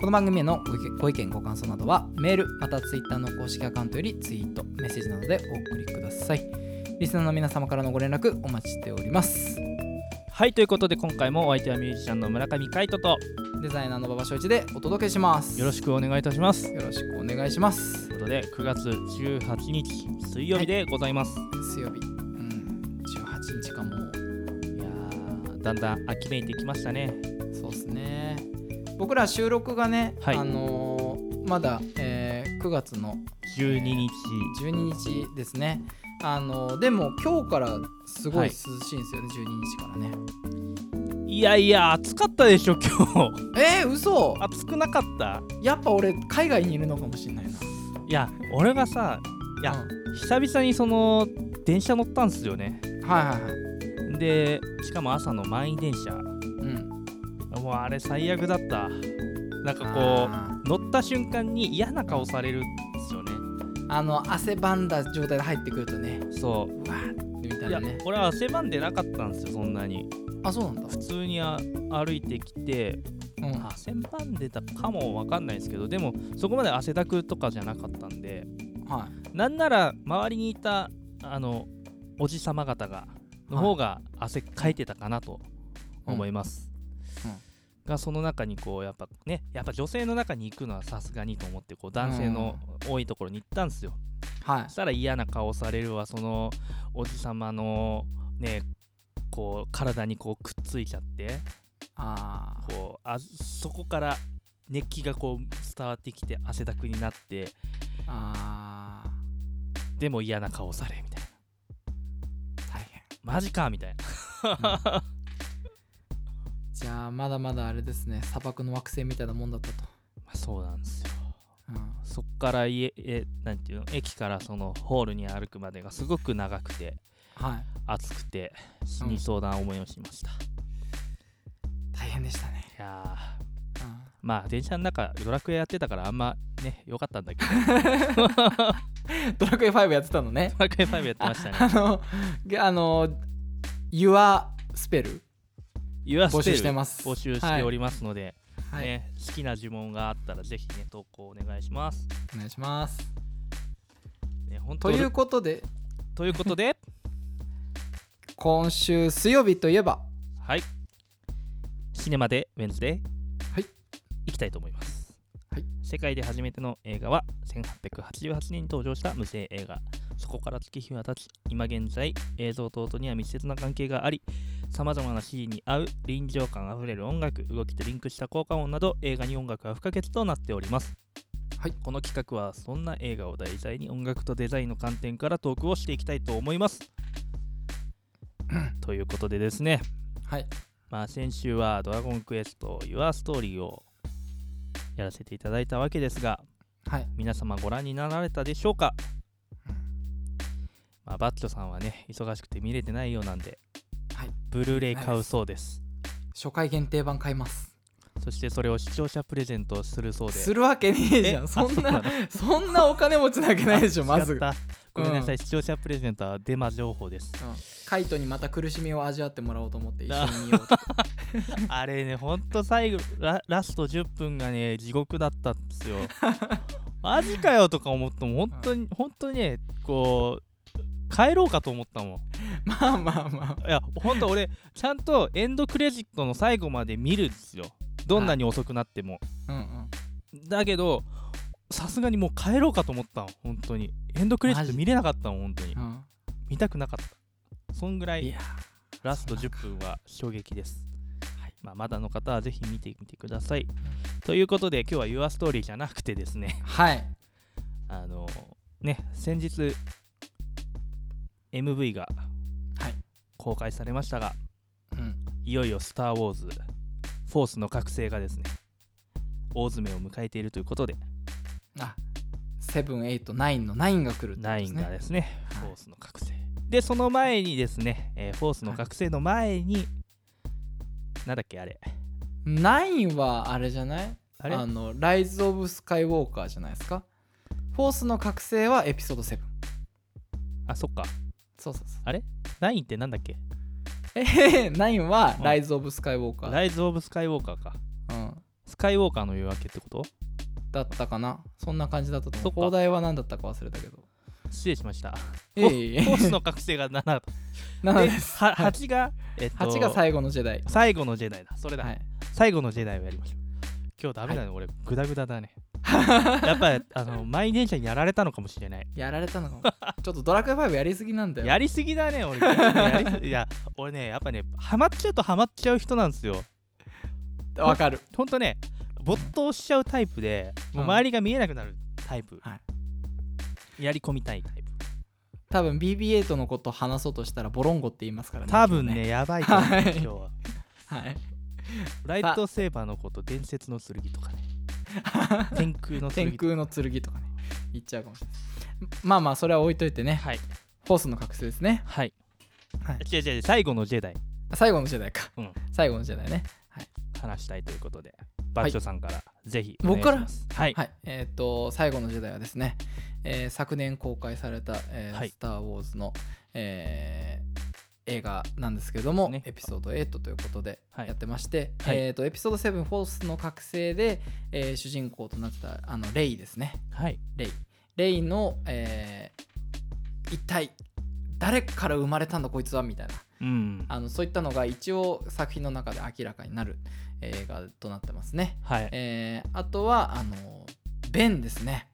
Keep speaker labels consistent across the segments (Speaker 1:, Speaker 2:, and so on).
Speaker 1: この番組へのご意見ご意見ご感想などはメールまたツイッターの公式アカウントよりツイートメッセージなどでお送りくださいリスナーの皆様からのご連絡お待ちしております
Speaker 2: はいということで今回もお相手はミュージシャンの村上海人と
Speaker 1: デザイナーの馬場翔一でお届けします
Speaker 2: よろしくお願いいたします
Speaker 1: よろしくお願いします
Speaker 2: ということで9月18日水曜日でございます、
Speaker 1: 水曜日うん18日かもう
Speaker 2: い、やーだんだん秋めいてきましたね
Speaker 1: そうですね僕ら収録がね、
Speaker 2: はい
Speaker 1: あのーまだ、えー9月の
Speaker 2: 12日
Speaker 1: 12日ですねあのーでも今日からすご
Speaker 2: はいい
Speaker 1: 涼しいんですよね、12日からね
Speaker 2: いやいや暑かったでしょ今日
Speaker 1: えー、嘘
Speaker 2: 暑くなかった
Speaker 1: やっぱ俺海外にいるのかもしれないない
Speaker 2: や俺がさいや久々にその電車乗ったんですよね
Speaker 1: うんはいはいはい
Speaker 2: でしかも朝の満員電車
Speaker 1: うん
Speaker 2: もうあれ最悪だったなんかこ
Speaker 1: あ
Speaker 2: う乗った瞬間に嫌な顔されるんですよね
Speaker 1: ーあの汗ばんだ状態で入ってくるとね
Speaker 2: そう
Speaker 1: わーってみた
Speaker 2: う
Speaker 1: い
Speaker 2: いや
Speaker 1: なね
Speaker 2: 俺は汗ばんでなかったんですよそんなに
Speaker 1: あそうなんだ
Speaker 2: 普通にあ歩いてきて
Speaker 1: うんあ
Speaker 2: 汗ばんでたかもわかんないですけどでもそこまで汗だくとかじゃなかったんで
Speaker 1: は
Speaker 2: なんなら周りにいたあのおじさま方がの方が汗かいてたかなと思います、
Speaker 1: うんうん
Speaker 2: がその中にこうやっぱねやっぱ女性の中に行くのはさすがにと思ってこう男性の多いところに行ったんですよ、
Speaker 1: いはい
Speaker 2: そしたら嫌な顔されるわそのおじさまのねこう体にこうくっついちゃって
Speaker 1: あー
Speaker 2: こうあそこから熱気がこう伝わってきて汗だくになって
Speaker 1: あ
Speaker 2: でも嫌な顔されみたいな
Speaker 1: ー大変
Speaker 2: マジかみたいな
Speaker 1: じゃあまだまだあれですね砂漠の惑星みたいなもんだったと、
Speaker 2: まあそうなんですよ
Speaker 1: うん、
Speaker 2: そっから家えなんていうの駅からそのホールに歩くまでがすごく長くて
Speaker 1: はい
Speaker 2: 暑くて死にそうな思いをしました、い
Speaker 1: 大変でしたね、
Speaker 2: やー
Speaker 1: うん
Speaker 2: まあ電車の中ドラクエやってたからあんまね良かったんだけどド
Speaker 1: ドラクエ5やってたのね
Speaker 2: ラクエ5やってましたね
Speaker 1: あのげあの Your スペル
Speaker 2: ユアスペル
Speaker 1: 募集してます
Speaker 2: 募集しておりますので、
Speaker 1: はい、
Speaker 2: ね、好きな呪文があったらぜひね投稿お願いします、
Speaker 1: お願いします
Speaker 2: ね、本当
Speaker 1: と
Speaker 2: と
Speaker 1: い
Speaker 2: いうう
Speaker 1: ことで
Speaker 2: ということで
Speaker 1: 今週水曜日といえば
Speaker 2: はいシネマでウェンズデー
Speaker 1: はい
Speaker 2: 行きたいと思います、
Speaker 1: はい、
Speaker 2: 世界で初めての映画は1888年に登場した無声映画そこから月日は経ち今現在映像と音には密接な関係がありさまざまなシーンに合う臨場感あふれる音楽動きとリンクした効果音など映画に音楽は不可欠となっております
Speaker 1: はい
Speaker 2: この企画はそんな映画を題材に音楽とデザインの観点からトークをしていきたいと思い ますということでですね
Speaker 1: はい
Speaker 2: まあ、先週は「ドラゴンクエスト Your Story」をやらせていただいたわけですが
Speaker 1: はい
Speaker 2: 皆様ご覧になられたでしょうか、
Speaker 1: うん
Speaker 2: まあ、バッチョさんはね忙しくて見れてないようなんで、
Speaker 1: はい
Speaker 2: ブルーレイ買うそうです
Speaker 1: 初回限定版買います
Speaker 2: そしてそれを視聴者プレゼントするそうです
Speaker 1: るわけねえじゃ
Speaker 2: え
Speaker 1: んそん
Speaker 2: あ
Speaker 1: なそんなお金持ちなわけないでしょ
Speaker 2: あ
Speaker 1: まず
Speaker 2: 違ったごめんなさい、
Speaker 1: う
Speaker 2: 視聴者プレゼントはデマ情報です
Speaker 1: うんカイトにまた苦しみを味わってもらおうと思って一緒
Speaker 2: な
Speaker 1: に見ようと
Speaker 2: あれねほんと最後ララスト10分がね地獄だったんですよ マジかよとか思っても本当に本当にねこう帰ろうかと思ったもん
Speaker 1: まあまあま
Speaker 2: いやほんと俺ちゃんとエンドクレジットの最後まで見るんですよどんなに遅くなっても、
Speaker 1: あうんうん
Speaker 2: だけどさすがにもう帰ろうかと思ったの本当にエンドクレジッ
Speaker 1: マ
Speaker 2: ト
Speaker 1: ジ
Speaker 2: 見れなかったの本当に
Speaker 1: うん
Speaker 2: 見たくなかったそんぐら
Speaker 1: い
Speaker 2: い
Speaker 1: や
Speaker 2: ラスト10分は衝撃です、はいまあ、まだの方はぜひ見てみてください、ということで今日は Your Story じゃなくてですね
Speaker 1: はい
Speaker 2: あのね先日 MV が
Speaker 1: はい
Speaker 2: 公開されましたが
Speaker 1: うん
Speaker 2: いよいよ「スター・ウォーズ」フォースの覚醒がですね大詰めを迎えているということで
Speaker 1: あ789の9が来るってこと
Speaker 2: ナ
Speaker 1: で
Speaker 2: イ
Speaker 1: す
Speaker 2: ン
Speaker 1: ね
Speaker 2: がですね、フォースの覚醒。で、その前にですね、えーフォースの覚醒の前に、なんだっけ、あれ。
Speaker 1: 9はあれじゃない
Speaker 2: あれ
Speaker 1: のライズ・オブ・スカイウォーカーじゃないですかフォースの覚醒はエピソード7
Speaker 2: あ、そっか。
Speaker 1: そうそうそう
Speaker 2: ナインってなんだっけ
Speaker 1: えへへ9は
Speaker 2: うん
Speaker 1: ライズ・オブ・スカイウォーカー、
Speaker 2: ライズ・オブ・スカイウォーカーか。
Speaker 1: うん、
Speaker 2: スカイウォーカーの夜明けってこと
Speaker 1: だったかなそんな感じだったと
Speaker 2: そっか
Speaker 1: 思うお題は何だったか忘れたけど
Speaker 2: 失礼しま した。
Speaker 1: えいえい
Speaker 2: フォースの覚醒が7だと。
Speaker 1: 7
Speaker 2: で
Speaker 1: です
Speaker 2: は
Speaker 1: はい
Speaker 2: 8が、えっと、
Speaker 1: 8が最後の時代
Speaker 2: 最後のジェダイだ。それだ。
Speaker 1: はい
Speaker 2: 最後のジェダイをやりましょう。今日ダメだね、俺、グダグダだ ね。やっぱり、あの、満員電車にやられたのかもしれない。
Speaker 1: やられたのかもちょっとドラクエ5やりすぎなんだよ
Speaker 2: やりすぎだね、俺。やりすいや、俺ね、やっぱね、ハマっちゃうとハマっちゃう人なんですよ。
Speaker 1: わかる
Speaker 2: ほんとね、没頭しちゃうタイプで、もう周りが見えなくなるタイプ。
Speaker 1: はい
Speaker 2: やり込みたいタイプ。
Speaker 1: 多分 BB8 のこと話そうとしたらボロンゴって言いますからね
Speaker 2: 多分ね、やばいと思う、
Speaker 1: はい
Speaker 2: 今日は。
Speaker 1: はい
Speaker 2: ライトセーバーのこと、伝説の剣と かね。天空の剣
Speaker 1: 天
Speaker 2: とか。
Speaker 1: 空の剣とかね言っちゃうかもしれないまあまあそれは置いといてね
Speaker 2: はい。
Speaker 1: フォースの覚醒ですね、
Speaker 2: はい。
Speaker 1: はい、
Speaker 2: 違う違う違う、最後のジェダイ
Speaker 1: 最後の時代か、
Speaker 2: うん
Speaker 1: 最後の時代ね
Speaker 2: 話したいということで、バッチョさんから、ぜひ。
Speaker 1: 僕から
Speaker 2: はい。
Speaker 1: はいえっ、と最後の時代はですね、えー昨年公開された「えー
Speaker 2: はい
Speaker 1: スター・ウォーズの」えー映画なんですけども、
Speaker 2: ね
Speaker 1: エピソード8ということで
Speaker 2: はい
Speaker 1: やってまして、
Speaker 2: はい
Speaker 1: えー、とエピソード7「フォースの覚醒で」えー主人公となったあのレイですね
Speaker 2: はい。
Speaker 1: レイレイの、えー一体誰から生まれたんだこいつはみたいな
Speaker 2: うん。
Speaker 1: あのそういったのが一応作品の中で明らかになる映画となってますね、
Speaker 2: はい。
Speaker 1: えーあとはあのベンですね、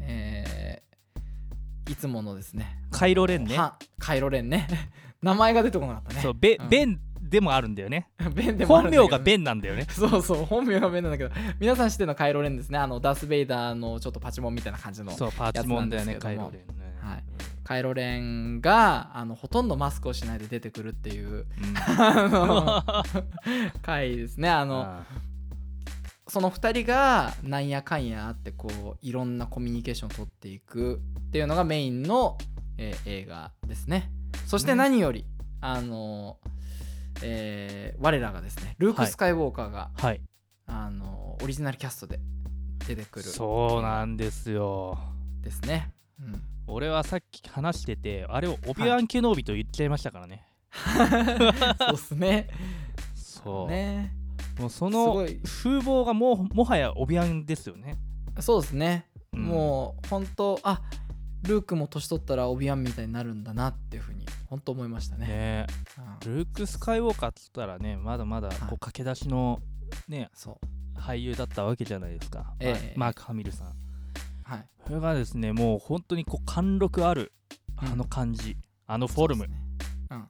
Speaker 1: えーいつものですね
Speaker 2: カイロレンね。
Speaker 1: はカイロレンね 名前が出てこなかったね
Speaker 2: そう、ベ
Speaker 1: うん
Speaker 2: ベンでもあるんだよね。
Speaker 1: ベンでも
Speaker 2: 本
Speaker 1: あるんだけど
Speaker 2: 名がベンなんだよね。
Speaker 1: そうそう本名がベンなんだけど皆さん知ってるのはカイロレンですねあのダース・ベイダーのちょっとパチモンみたいな感じの
Speaker 2: そう、パーチモンだよね、
Speaker 1: やつ
Speaker 2: カ
Speaker 1: な
Speaker 2: イ
Speaker 1: んで
Speaker 2: ロ
Speaker 1: す
Speaker 2: レンね。
Speaker 1: はいカイロレンがあのほとんどマスクをしないで出てくるっ ていう
Speaker 2: うん
Speaker 1: あの回ですねあの
Speaker 2: あ
Speaker 1: その2人がなんやかんやあってこういろんなコミュニケーションを取っていくっていうのがメインの、えー映画ですねそして何より、あのえー我らがですねルーク・
Speaker 2: はい
Speaker 1: スカイウォーカーが、
Speaker 2: ーはい。
Speaker 1: あのオリジナルキャストで出てくる
Speaker 2: そうなんですよ。
Speaker 1: ですね、 うん、
Speaker 2: 俺はさっき話してて、あれをオビワン・ケノービと言っちゃいましたからね。
Speaker 1: そうっすね
Speaker 2: そう。
Speaker 1: ね
Speaker 2: もうそ
Speaker 1: す
Speaker 2: の
Speaker 1: ごい
Speaker 2: 風貌がもうもはやオビワンですよね。
Speaker 1: そうですね
Speaker 2: うん
Speaker 1: もう本当あルークも年取ったらオビワンみたいになるんだなっていうふうに本当思いましたね。
Speaker 2: ね
Speaker 1: うん
Speaker 2: ルーク・スカイウォーカーっつったらね、まだまだ
Speaker 1: は
Speaker 2: こう
Speaker 1: い
Speaker 2: 駆け出しの、ね、
Speaker 1: そう
Speaker 2: 俳優だったわけじゃないですか、
Speaker 1: ええ
Speaker 2: マーク・ハミルさん。
Speaker 1: はい、
Speaker 2: これがですね、もう本当にこう貫禄ある、
Speaker 1: うん
Speaker 2: あの感じ、あのフォルム。
Speaker 1: そうですねうん、
Speaker 2: い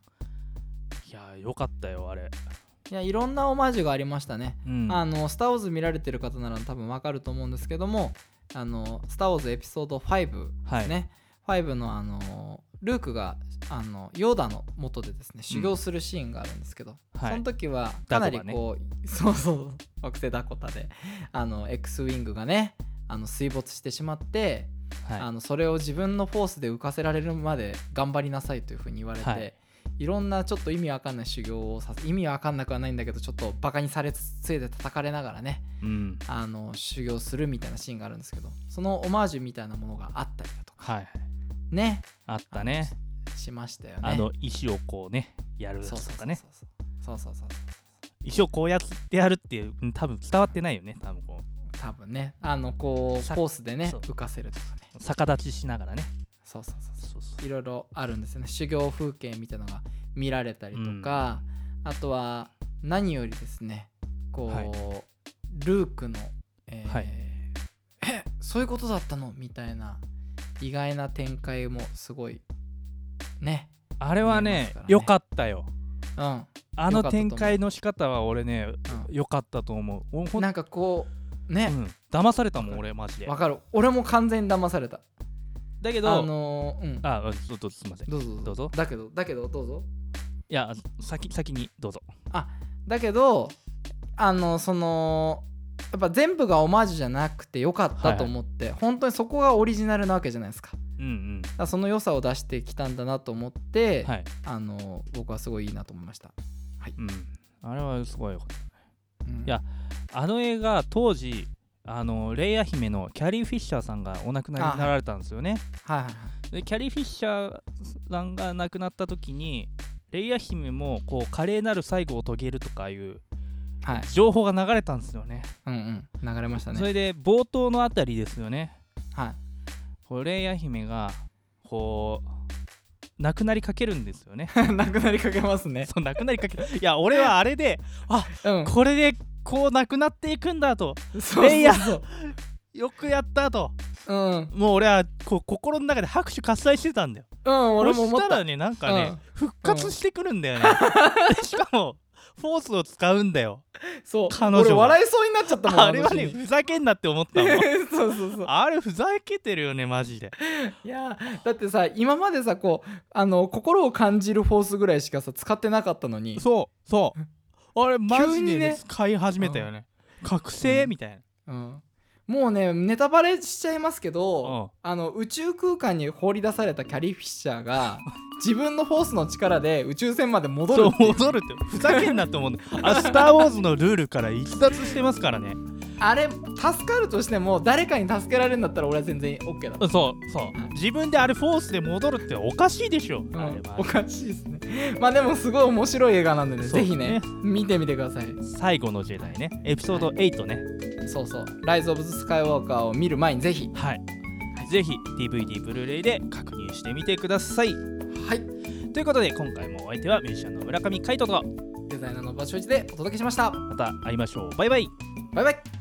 Speaker 2: やー、よかったよ、あれ。
Speaker 1: いやいろんなオマージュがありましたね。
Speaker 2: うん、
Speaker 1: あの「スター・ウォーズ」見られてる方なら多分わかると思うんですけども「あのスター・ウォーズ」エピソード5
Speaker 2: はい、
Speaker 1: ね、5のあのルークがあのヨーダの元でですね修行するシーンがあるんですけど、
Speaker 2: はい
Speaker 1: その時はかなり
Speaker 2: ダコがね
Speaker 1: こう、 そうそう惑星ダコタであの X ウィングがねあの水没してしまって、
Speaker 2: はい
Speaker 1: あのそれを自分のフォースで浮かせられるまで頑張りなさいというふうに言われて、
Speaker 2: はい
Speaker 1: い、ろんなちょっと意味わかんない修行をさせ意味わかんなくはないんだけどちょっとバカにされつついで叩かれながらね
Speaker 2: うん
Speaker 1: あの修行するみたいなシーンがあるんですけどそのオマージュみたいなものがあったりだとか
Speaker 2: はい、
Speaker 1: ね
Speaker 2: あったね。
Speaker 1: しましたよね。
Speaker 2: あの石をこうね、やるや
Speaker 1: そう
Speaker 2: つ
Speaker 1: そ
Speaker 2: と
Speaker 1: うそ
Speaker 2: か
Speaker 1: う
Speaker 2: ね。
Speaker 1: そうそうそうそう
Speaker 2: 石をこうやってやるっていう、うん多分伝わってないよね、多分こ
Speaker 1: 多分ねあのこう
Speaker 2: さ
Speaker 1: コースでね
Speaker 2: そう
Speaker 1: 浮かせるとかね
Speaker 2: う、逆立ちしながらね。
Speaker 1: そうそうそうそ
Speaker 2: そうそう
Speaker 1: いろいろあるんですよね修行風景みたいのが見られたりとか、あとは何よりですねこう、
Speaker 2: はい
Speaker 1: ルークの、えー
Speaker 2: はい
Speaker 1: えそういうことだったのみたいな意外な展開もすごいね
Speaker 2: あれは
Speaker 1: 見えま
Speaker 2: ね
Speaker 1: すから、ね
Speaker 2: 良かったよ。
Speaker 1: うん
Speaker 2: あ
Speaker 1: 良か
Speaker 2: の
Speaker 1: ったと思う
Speaker 2: 展開の仕方は俺ね、良かったと思う。お
Speaker 1: う
Speaker 2: ほ
Speaker 1: ん、
Speaker 2: ん
Speaker 1: なんかこう
Speaker 2: う
Speaker 1: ね
Speaker 2: ん、騙されたもん、俺、マジで
Speaker 1: わ、。かる俺も完全に騙された
Speaker 2: だけど、
Speaker 1: あのーうん
Speaker 2: あ、ちょっとすみません。い
Speaker 1: どうぞ
Speaker 2: どうぞ
Speaker 1: だけどだけどどうぞ
Speaker 2: や、先先にどうぞ。
Speaker 1: だけどあのそのやっぱ全部がオマージュじゃなくてよかったと思って、本当にそこがオリジナルなわけじゃないですかだか
Speaker 2: うん
Speaker 1: らその良さを出してきたんだなと思って、
Speaker 2: うんはい
Speaker 1: あの僕はすごいいいなと思いました、
Speaker 2: うんあれはすごいよ
Speaker 1: うん
Speaker 2: いやあの映画当時あのレイヤ姫のキャリー・フィッシャーさんがお亡くなりになられたんですよね
Speaker 1: はいはい
Speaker 2: でキャリー・フィッシャーさんが亡くなった時にレイヤ姫もこう華麗なる最後を遂げるとかいう
Speaker 1: はいはい
Speaker 2: 情報が流れたんですよね
Speaker 1: うんうん流れました
Speaker 2: そ
Speaker 1: ね
Speaker 2: れで冒頭のあたりですよね
Speaker 1: はい
Speaker 2: こうレイヤ姫がこう亡くなりかけるんですよね
Speaker 1: なくなりかけますね。
Speaker 2: そう亡くなりかけるいや俺はあれで
Speaker 1: う
Speaker 2: これでこう亡くなっていくんだと
Speaker 1: ん。そう
Speaker 2: レイヤ
Speaker 1: そう
Speaker 2: よくやったと
Speaker 1: そう。うん。
Speaker 2: もう俺はこう心の中で拍手喝采してたんだよ
Speaker 1: うん、俺も思っ。
Speaker 2: そしたたらねなんかね、
Speaker 1: うん
Speaker 2: 復活してくるんだよね、で しかもフォースを使うんだ よ
Speaker 1: そう。
Speaker 2: 彼女が
Speaker 1: 俺笑いそうになっちゃったもん。
Speaker 2: あれは
Speaker 1: のシ
Speaker 2: ね
Speaker 1: ーン
Speaker 2: ふざけんなって思ったもん
Speaker 1: そうそうそう。
Speaker 2: あれふざけてるよねマジで
Speaker 1: いやーだってさ今までさこうあの心を感じるフォースぐらいしかさ使ってなかったのに。
Speaker 2: そうそうあれマジ
Speaker 1: 急
Speaker 2: で、
Speaker 1: に
Speaker 2: ね
Speaker 1: ね、
Speaker 2: 使い始めたよね、覚醒
Speaker 1: うん
Speaker 2: みたいな、
Speaker 1: うん。もうねネタバレしちゃいますけど、あの宇宙空間に放り出されたキャリー・フィッシャ ーが自分のフォースの力で宇宙船まで戻る
Speaker 2: そう
Speaker 1: っていう
Speaker 2: 戻るってふざけんなって思うんだよあスター・ウォーズのルールから逸脱してますからね
Speaker 1: あれ助かるとしても誰かに助けられるんだったら俺は全然 OK だ
Speaker 2: そうそう自分であれフォースで戻るっておかしいでしょ、
Speaker 1: うん
Speaker 2: あれは
Speaker 1: おかしいですね。まあでもすごい面白い映画なんでね、
Speaker 2: そう
Speaker 1: ぜひ
Speaker 2: ね、
Speaker 1: ね見てみてください。
Speaker 2: 最後の時代ねエピソード8ね
Speaker 1: そうそう、ライズ・オブ・ズ・スカイ・ウォーカーを見る前にぜひ。
Speaker 2: はい、ぜひ DVD ブルーレイで確認してみてください
Speaker 1: はい、
Speaker 2: ということで今回もお相手はミュージシャンの村上海人と
Speaker 1: デザイナーの場所一でお届けしました。
Speaker 2: また会いましょうバイバイ
Speaker 1: バイバイ